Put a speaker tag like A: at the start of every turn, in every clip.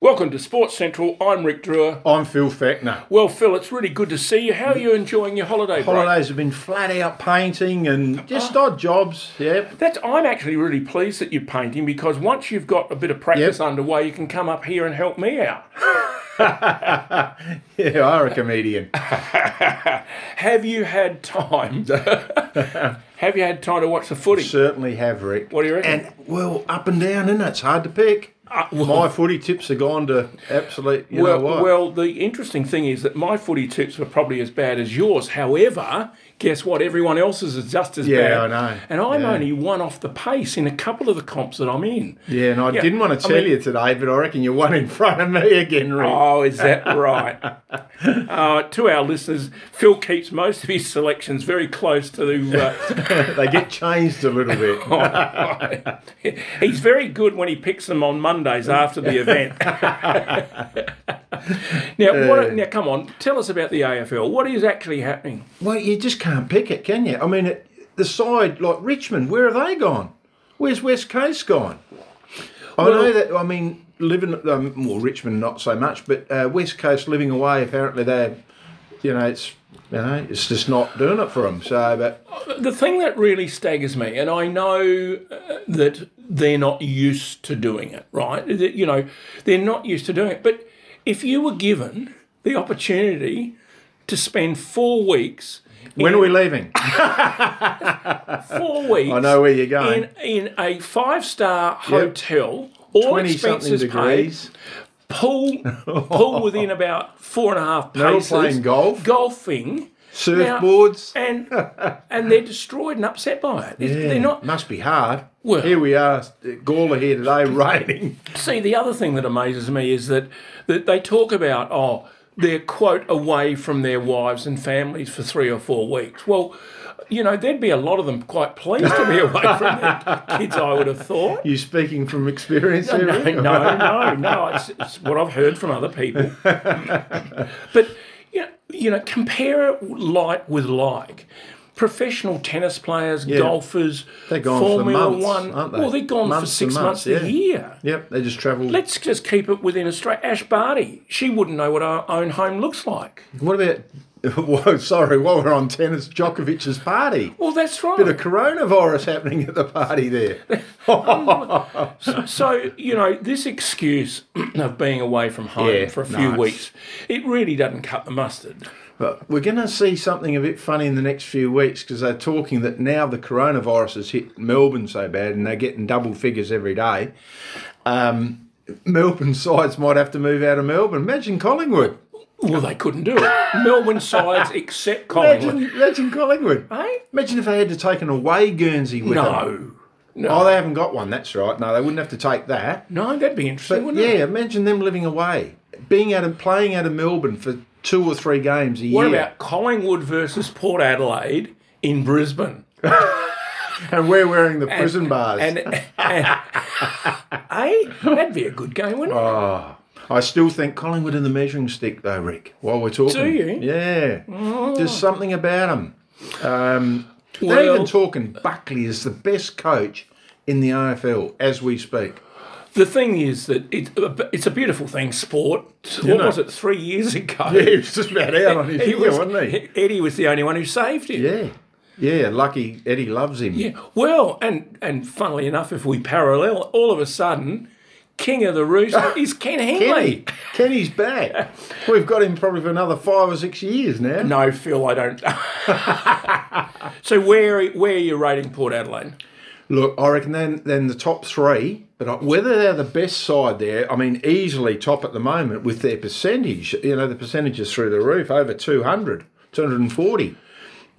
A: Welcome to Sports Central. I'm Rick Drewer.
B: I'm Phil Fechner.
A: Well, Phil, it's really good to see you. How are you enjoying your holiday break?
B: Holidays have been flat out painting and just odd jobs. Yep.
A: That's, I'm actually really pleased that you're painting because once you've got a bit of practice underway, you can come up here and help me out.
B: Yeah, you are a comedian.
A: Have you had time? have you had time to watch the footy?
B: Certainly have, Rick.
A: What do you reckon?
B: And, well, up and down, and it's hard to pick.
A: Uh, well-
B: My footy tips have gone to absolute, you
A: well,
B: know what?
A: well, the interesting thing is that my footy tips were probably as bad as yours. However, guess what? Everyone else's is just as
B: Yeah,
A: bad.
B: I know.
A: And I'm
B: Yeah.
A: only one off the pace in a couple of the comps that I'm in.
B: yeah, and I
A: yeah,
B: didn't want
A: I
B: to tell
A: mean-
B: you today, but I reckon you're one in front of me again, Rick.
A: Oh, is that right? uh, to our listeners, Phil keeps most of his selections very close to. Uh,
B: they get changed a little bit.
A: Oh, he's very good when he picks them on Mondays after the event. now, what, now, come on, tell us about the AFL. What is actually happening?
B: Well, you just can't pick it, can you? I mean, it, the side like Richmond, where are they gone? Where's West Coast gone? I know that. I mean, living um, well, Richmond not so much, but uh, West Coast living away. Apparently, they're you know it's you know it's just not doing it for them. So, but
A: The thing that really staggers me, and I know uh, that they're not used to doing it, right? That, You know, they're not used to doing it. But if you were given the opportunity to spend four weeks,
B: when are we leaving?
A: four weeks,
B: Uh, I know where you're going.
A: in, in a five star hotel, all
B: Twenty something
A: expenses
B: degrees.
A: paid, pool, pool within about four and a half
B: They're all
A: paces,
B: playing golf,
A: golfing,
B: surfboards.
A: and and they're destroyed and upset by it. It's- They're not
B: Must be hard.
A: Well-
B: here we are, at Gawler here today, raining.
A: See, the other thing that amazes me is that, that they talk about, oh, they're, quote, away from their wives and families for three or four weeks. Well, you know, there'd be a lot of them quite pleased to be away from their kids, I would have thought.
B: You speaking from experience here?
A: No,
B: Rick?
A: no, no, no. It's, it's what I've heard from other people. but, you know, you know, compare like with like. Professional tennis players, golfers,
B: They're gone for
A: Formula
B: months,
A: One.
B: aren't they?
A: Well, they're gone for
B: Months and
A: six months,
B: months,
A: a
B: yeah.
A: year.
B: Yep, they just travel.
A: Let's just keep it within Australia. Ash Barty, she wouldn't know what our own home looks like.
B: What about? Whoa, sorry, while we're on tennis, Djokovic's party.
A: Well, that's right.
B: The coronavirus happening at the party there.
A: so, you know, this excuse of being away from home
B: Yeah,
A: for a few
B: no, it's-
A: weeks, it really doesn't cut the mustard.
B: But we're going to see something a bit funny in the next few weeks because they're talking that now the coronavirus has hit Melbourne so bad and they're getting double figures every day. Um, Melbourne sides might have to move out of Melbourne. Imagine Collingwood.
A: Well, they couldn't do it. Melbourne sides except Collingwood.
B: Imagine, imagine Collingwood.
A: Eh?
B: Imagine if they had to take an away Guernsey with them.
A: No.
B: Oh, they haven't got one. That's right. No, they wouldn't have to take that.
A: No, that'd be interesting,
B: But
A: wouldn't
B: yeah,
A: it?
B: imagine them living away, being out of playing out of Melbourne for two or three games a
A: What
B: year.
A: about Collingwood versus Port Adelaide in Brisbane?
B: and we're wearing the prison bars.
A: And, and, eh? That'd be a good game, wouldn't it?
B: I still think Collingwood and the measuring stick, though, Rick. While we're talking,
A: Do you?
B: Yeah, there's something about them. Um, they're
A: Well-
B: even talking Buckley is the best coach in the AFL as we speak.
A: The thing is that it, it's a beautiful thing, sport. what
B: know.
A: was it, three years ago?
B: He was just about out on his
A: He
B: year,
A: was-
B: wasn't he?
A: Eddie was the only one who saved him.
B: Yeah, yeah. Lucky Eddie loves him.
A: Yeah. Well, and, and funnily enough, if we parallel, all of a sudden, King of the Rooster is Ken Henley.
B: Kenny, Kenny's back. We've got him probably for another five or six years now.
A: No, Phil, I don't. so where where are you rating Port Adelaide?
B: Look, I reckon then then the top three, but I- whether they're the best side there, I mean, easily top at the moment with their percentage. You know, the percentage is through the roof, over 200, 240.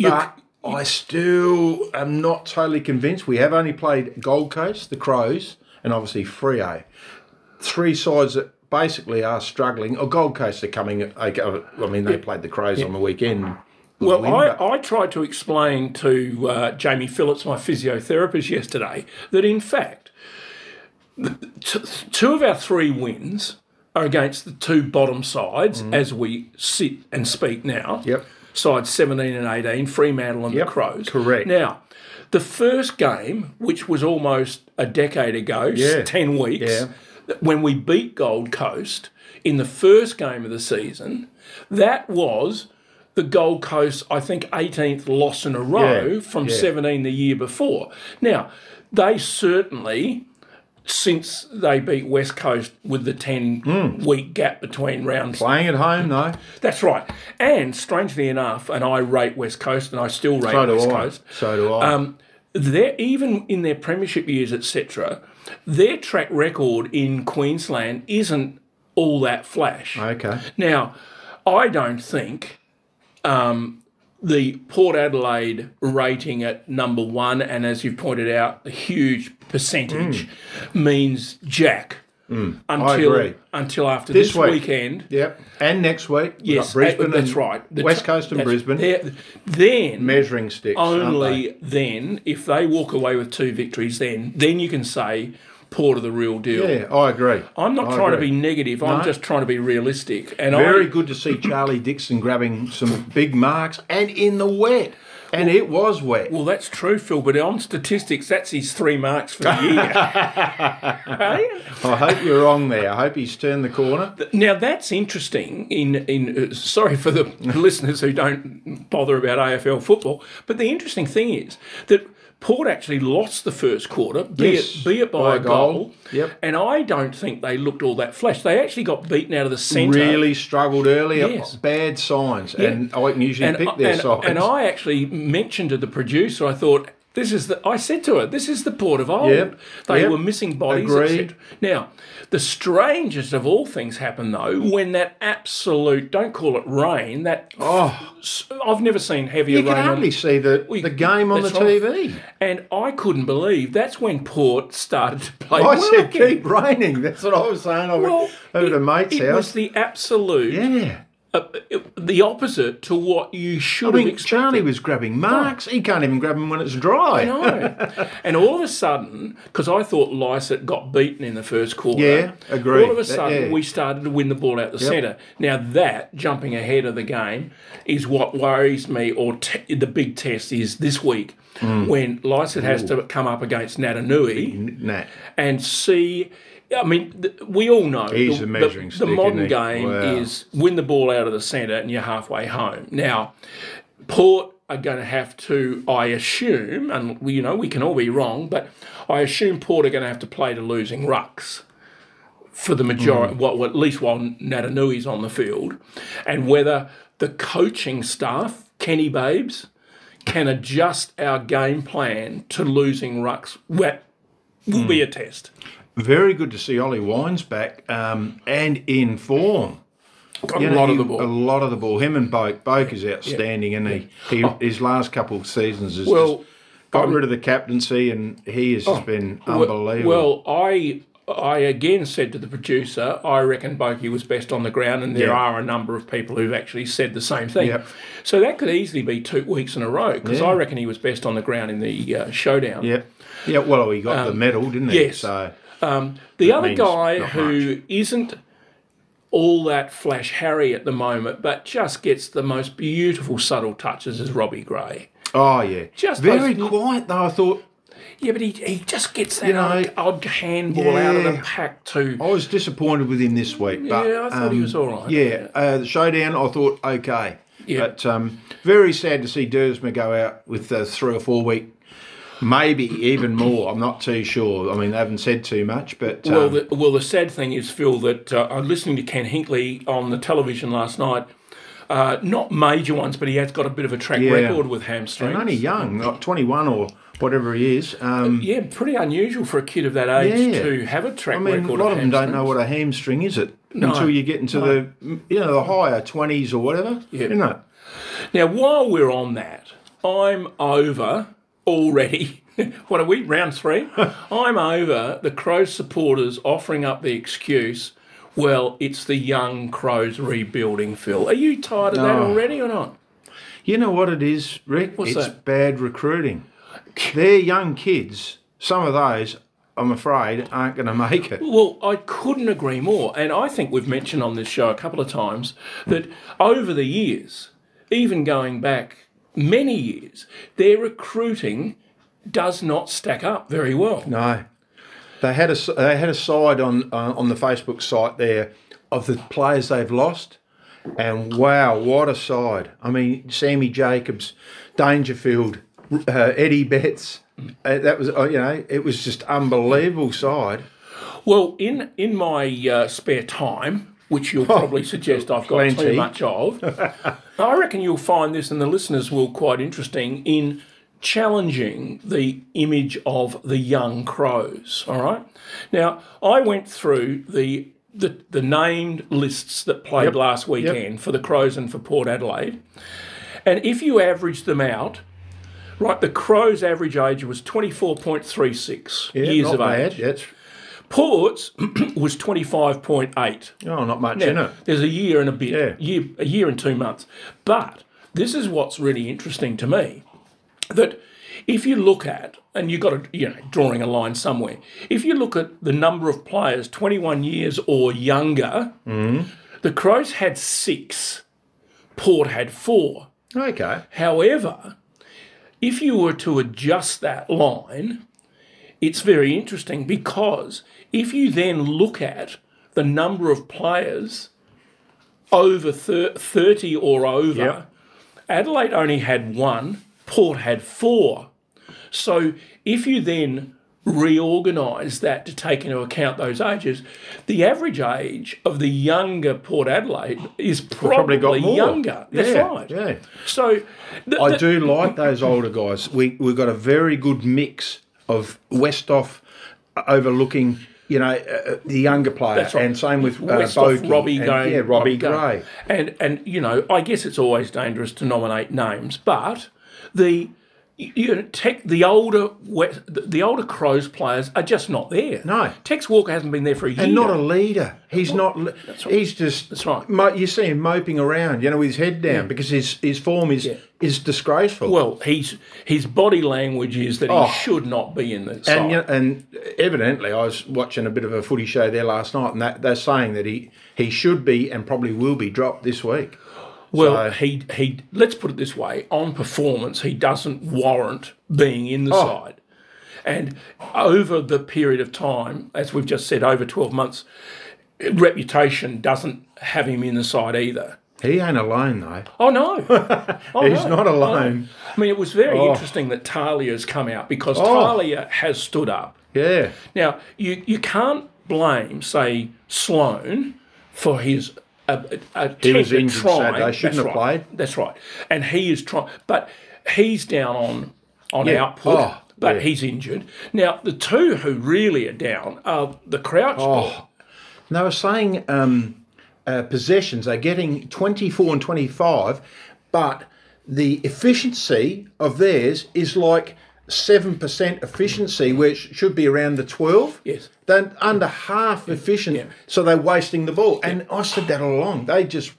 B: But I still am not totally convinced. We have only played Gold Coast, the Crows, and obviously Frio. Three sides that basically are struggling. Or Gold Coast are coming. I mean, they played the Crows on the weekend.
A: Well,
B: Win,
A: I, I tried to explain to uh, Jamie Phillips, my physiotherapist, yesterday, that in fact, th- t- two of our three wins are against the two bottom sides as we sit and speak now.
B: Mm-hmm. Yep.
A: Sides 17 and 18, Fremantle and the Crows.
B: correct.
A: Now, the first game, which was almost a decade ago, s-
B: Yeah.
A: 10 weeks,
B: Yeah.
A: when we beat Gold Coast in the first game of the season, that was the Gold Coast, I think, 18th loss in a row
B: Yeah,
A: from
B: yeah.
A: 17 the year before. Now, they certainly, since they beat West Coast with the 10
B: Hmm.
A: week gap between rounds,
B: Playing at home though,
A: that's right. And strangely enough, and I rate West Coast, and I still rate
B: so do
A: West
B: I.
A: Coast.
B: So do I.
A: Um, their even in their premiership years, etc., their track record in Queensland isn't all that flash.
B: okay.
A: Now, I don't think um, the Port Adelaide rating at number one, and as you've pointed out, a huge percentage means jack
B: Mm. agree.
A: until until after
B: This
A: this,
B: week.
A: weekend.
B: Yep. And next week, we've got
A: Yes,
B: Brisbane.
A: that's
B: and
A: right. The
B: West
A: tra-
B: Coast and
A: that's-
B: Brisbane.
A: they're- Then
B: measuring sticks. aren't they?
A: only then, if they walk away with two victories, then then you can say Port of the real deal.
B: Yeah, I agree.
A: I'm not
B: I
A: trying
B: agree.
A: to be negative. I'm just trying to be realistic. And
B: Very
A: I,
B: good to see Charlie Dixon grabbing some big marks and in the wet. And it was wet.
A: well, that's true, Phil. But on statistics, that's his three marks for the year. Right?
B: I hope you're wrong there. I hope he's turned the corner.
A: Now that's interesting. In in uh, sorry for the listeners who don't bother about AFL football, but the interesting thing is that Port actually lost the first quarter, be
B: Yes,
A: it be it by,
B: by
A: a
B: a
A: goal.
B: goal. Yep.
A: And I don't think they looked all that flesh. They actually got beaten out of the centre.
B: Really struggled early.
A: Yes.
B: Bad signs. And I can usually
A: And,
B: pick their
A: and,
B: signs.
A: and I actually mentioned to the producer, I thought, this is the, I said to her, this is the port of old.
B: Yep,
A: They
B: yep.
A: were missing bodies.
B: Agreed.
A: etc. Now, the strangest of all things happened, though, when that absolute, don't call it rain, that,
B: oh,
A: I've never seen heavier
B: you
A: rain.
B: can
A: on-
B: hardly see the, the game on the
A: that's right.
B: TV.
A: and I couldn't believe that's when Port started to play
B: I
A: well
B: said
A: again.
B: keep raining. That's what I was saying. I
A: Well,
B: went over to mate's
A: it was
B: house.
A: the absolute,
B: yeah.
A: uh, the opposite to what you should
B: I
A: have
B: mean,
A: expected.
B: Charlie was
A: Oh.
B: grabbing marks. He can't even grab them when it's dry.
A: No. and all of a sudden, because I thought Lysett got beaten in the first quarter.
B: Yeah, agree.
A: All of a
B: That-
A: sudden,
B: yeah.
A: we started to win the ball out the centre. Now, that jumping ahead of the game is what worries me, or t- the big test is this week
B: Mm.
A: when Lysett has to come up against Natanui
B: Nah.
A: and see. I mean, th- we all know
B: He's
A: the,
B: a measuring
A: the,
B: stick,
A: the modern
B: isn't he?
A: game
B: Wow.
A: is win the ball out of the centre and you're halfway home. Now, Port are going to have to, I assume, and we- you know we can all be wrong, but I assume Port are going to have to play to losing rucks for the
B: Hmm.
A: majority, well, well, at least while Natanui's on the field, and whether the coaching staff, Kenny Babes, can adjust our game plan to losing rucks. That will
B: Hmm.
A: be a test.
B: Very good to see Ollie Wines back um, and in form.
A: Got
B: You
A: a
B: know,
A: lot of the
B: he-
A: ball.
B: A lot of the ball. Him and Boak. Boak is outstanding, and he, he his last couple of seasons has
A: Oh. Well, Oh.
B: just got rid of the captaincy, and he has just been unbelievable.
A: Well, I I again said to the producer, I reckon Bokey was best on the ground, and there
B: Yeah.
A: are a number of people who've actually said the same thing.
B: Yep.
A: So that could easily be two weeks in a row because I reckon he was best on the ground in the uh, showdown.
B: yeah, yeah. Well, he got the medal, didn't he?
A: um, yes.
B: So
A: The other
B: means
A: guy
B: not
A: who not all that flash Harry at the moment, but just gets the most beautiful subtle touches is Robbie Gray.
B: oh yeah,
A: Just
B: very
A: those-
B: quiet though. I thought
A: Yeah, but he, he just gets that
B: know,
A: odd, odd handball out of the
B: yeah. Oh,
A: pack too.
B: I was disappointed with him this week. But,
A: Yeah, I thought
B: um,
A: he was all right.
B: Yeah, uh, the showdown, I thought okay.
A: Yeah.
B: But um, very sad to see Dersma go out with a three or four week, maybe even more. I'm not too sure. I mean, they haven't said too much, but um,
A: Well, the, well, the sad thing is, Phil, that uh, I'm listening to Ken Hinkley on the television last night. Uh, not major ones, but he has got a bit of a track record with hamstrings.
B: and only young, like 21 or whatever he is. Um,
A: yeah, pretty unusual for a kid of that age
B: Yeah.
A: to have a track
B: I mean, a
A: record.
B: lot of them don't
A: hamstrings.
B: know what a hamstring is. It until you get into the you know the higher 20s or whatever. Yeah. You know.
A: Now, while we're on that, I'm over already. what are we? Round three? I'm over the Crows supporters offering up the excuse. Well, it's the young Crows rebuilding, Phil. Are you tired of that
B: No.
A: already or not?
B: You know what it is, Rick? it's
A: that?
B: bad recruiting. They're young kids. Some of those, I'm afraid, aren't going to make it.
A: Well, I couldn't agree more. And I think we've mentioned on this show a couple of times that over the years, even going back many years, their recruiting does not stack up very well.
B: No. They had a s- they had a side on uh, on the Facebook site there of the players they've lost, and wow, what a side! I mean, Sammy Jacobs, Dangerfield, uh, Eddie Betts. Uh, that was uh, you know it was just unbelievable side.
A: Well, in in my uh, spare time, which you'll probably suggest I've got too
B: Oh, plenty.
A: much of, I reckon you'll find this, and the listeners will quite interesting in challenging the image of the young crows. All right. Now, I went through the the, the named lists that played last weekend for the Crows and for Port Adelaide. And if you average them out, right, the Crows' average age was 24.36
B: Yeah,
A: years
B: not
A: of
B: bad.
A: age.
B: That's
A: Ports was 25.8.
B: oh, not much in it.
A: There's a year and a bit,
B: Yeah.
A: year, a year and two months. But this is what's really interesting to me that if you look at, and you've got to, you know, drawing a line somewhere, if you look at the number of players 21 years or younger, the Crows had six, Port had four.
B: Okay,
A: However, if you were to adjust that line, it's very interesting because if you then look at the number of players over thir- 30 or over,
B: Yep.
A: Adelaide only had one, Port had four. So if you then reorganise that to take into account those ages, the average age of the younger Port Adelaide is probably,
B: probably got more
A: younger. That's
B: Yeah,
A: right.
B: Yeah.
A: So th-
B: I
A: th-
B: do like those older guys. We we've got a very good mix of Westoff overlooking, you know, uh, the younger players,
A: right.
B: and same with uh,
A: Westhoff,
B: Boakey
A: Robbie
B: and,
A: Gray,
B: yeah, Robbie Gray.
A: and and you know, I guess it's always dangerous to nominate names, but the you- you know, Tech, the older West, the the older Crows players are just not there.
B: No.
A: Tex Walker hasn't been there for a year.
B: And not a leader. He's not. li- He's just.
A: That's right.
B: Mo- you see him moping around, you know, with his head down because his his form is is disgraceful.
A: well, he's his body language is that
B: Oh.
A: he should not be in the side.
B: And, you know, and evidently, I was watching a bit of a footy show there last night, and that, they're saying that he, he should be and probably will be dropped this week.
A: Well, he he. Let's put it this way: on performance, he doesn't warrant being in
B: Oh.
A: the side. And over the period of time, as we've just said, over twelve months, reputation doesn't have him in the side either.
B: He ain't alone though.
A: Oh no, oh,
B: He's
A: no.
B: not alone. Oh.
A: I mean, it was very interesting that Talia's come out because Talia has stood up.
B: Yeah.
A: Now, you, you can't blame, say, Sloan for his uh, attempt
B: was
A: at
B: injured, so
A: trying.
B: they
A: That's
B: shouldn't have
A: right.
B: played.
A: That's right. And he is trying, but he's down on on output.
B: Oh,
A: but
B: yeah.
A: he's injured. Now, the two who really are down are the Crouch. Oh,
B: And they were saying um, uh, possessions are getting 24 and 25, but the efficiency of theirs is like 7% efficiency, which should be around the 12.
A: Yes.
B: They're under half efficient, so they're wasting the ball. And I said that all along. They just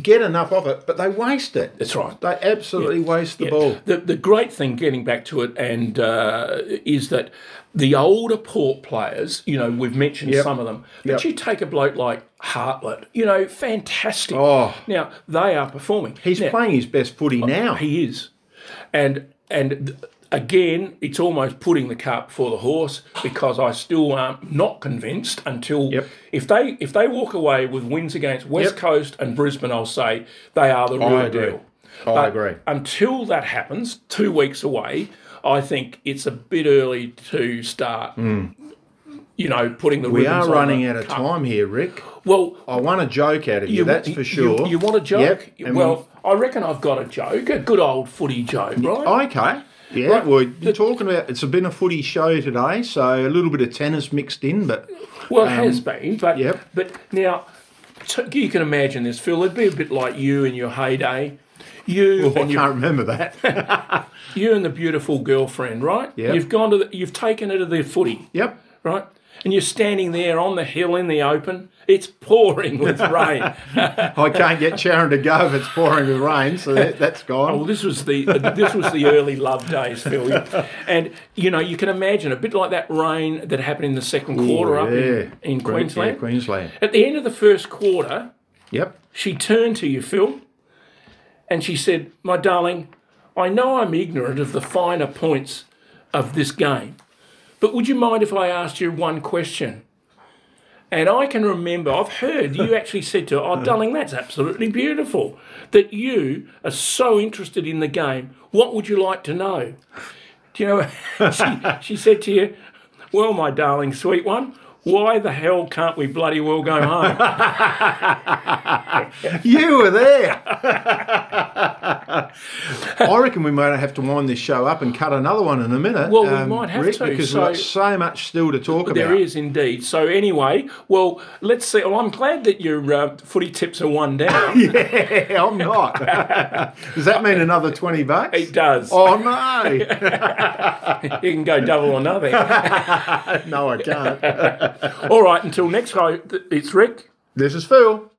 B: get enough of it, but they waste it.
A: That's right.
B: They absolutely waste the ball.
A: The, the great thing, getting back to it, and uh, is that the older port players, you know, we've mentioned some of them, but
B: Yep.
A: you take a bloke like Hartlett, you know, fantastic.
B: Oh.
A: Now, they are performing.
B: He's
A: Now,
B: playing his best footy now.
A: Uh, Oh. He is. And, and th- again, it's almost putting the cart before the horse because I still am not convinced until.
B: Yep.
A: If they if they walk away with wins against West
B: Yep.
A: Coast and Brisbane, I'll say they are the real
B: agree.
A: deal.
B: I agree.
A: Until that happens, two weeks away, I think it's a bit early to start. You know, putting the
B: Hmm. We are running out of
A: time.
B: time here, Rick.
A: Well,
B: I want a joke out of you, that's for sure.
A: You, you want a joke?
B: Yep. and
A: well, I reckon I've got a joke, a good old footy joke, right?
B: Okay. Yeah, well, you're talking about it's been a footy show today, so a little bit of tennis mixed in, but
A: well, it has been, but
B: Um, yep.
A: but now t- you can imagine this, Phil. It'd be a bit like you in your heyday. You
B: I
A: and your
B: can't remember that.
A: you and the beautiful girlfriend, right?
B: Yep.
A: You've gone to the, you've taken her to the footy,
B: yep.
A: right? And you're standing there on the hill in the open. It's pouring with rain.
B: I can't get Sharon to go if it's pouring with rain, so that, that's
A: Well,
B: gone.
A: this was the uh, this was the early love days, Phil. And you know, you can imagine a bit like that rain that happened in the second quarter up in, in
B: Queen-
A: Queensland.
B: Yeah, Queensland.
A: At the end of the first quarter,
B: Yep.
A: she turned to you, Phil, and she said, "My darling, I know I'm ignorant of the finer points of this game, But would you mind if I asked you one question? And I can remember, I've heard you actually said to her, Oh, darling, that's absolutely beautiful that you are so interested in the game. What would you like to know? Do you know? she, she said to you, Well, my darling, sweet one, why the hell can't we bloody well go home?
B: You were there. I reckon we might have to wind this show up and cut another one in a minute. um,
A: Well, we might have
B: Rick,
A: to,
B: because
A: so-
B: we've got so much still to talk about.
A: There is indeed. So anyway, well, let's see. Well, I'm glad that your uh, footy tips are one down.
B: Yeah, I'm not. Does that mean another twenty bucks?
A: it does.
B: Oh no,
A: You can go double or nothing.
B: no, I can't.
A: All right. Until next time, it's Rick.
B: This is Phil.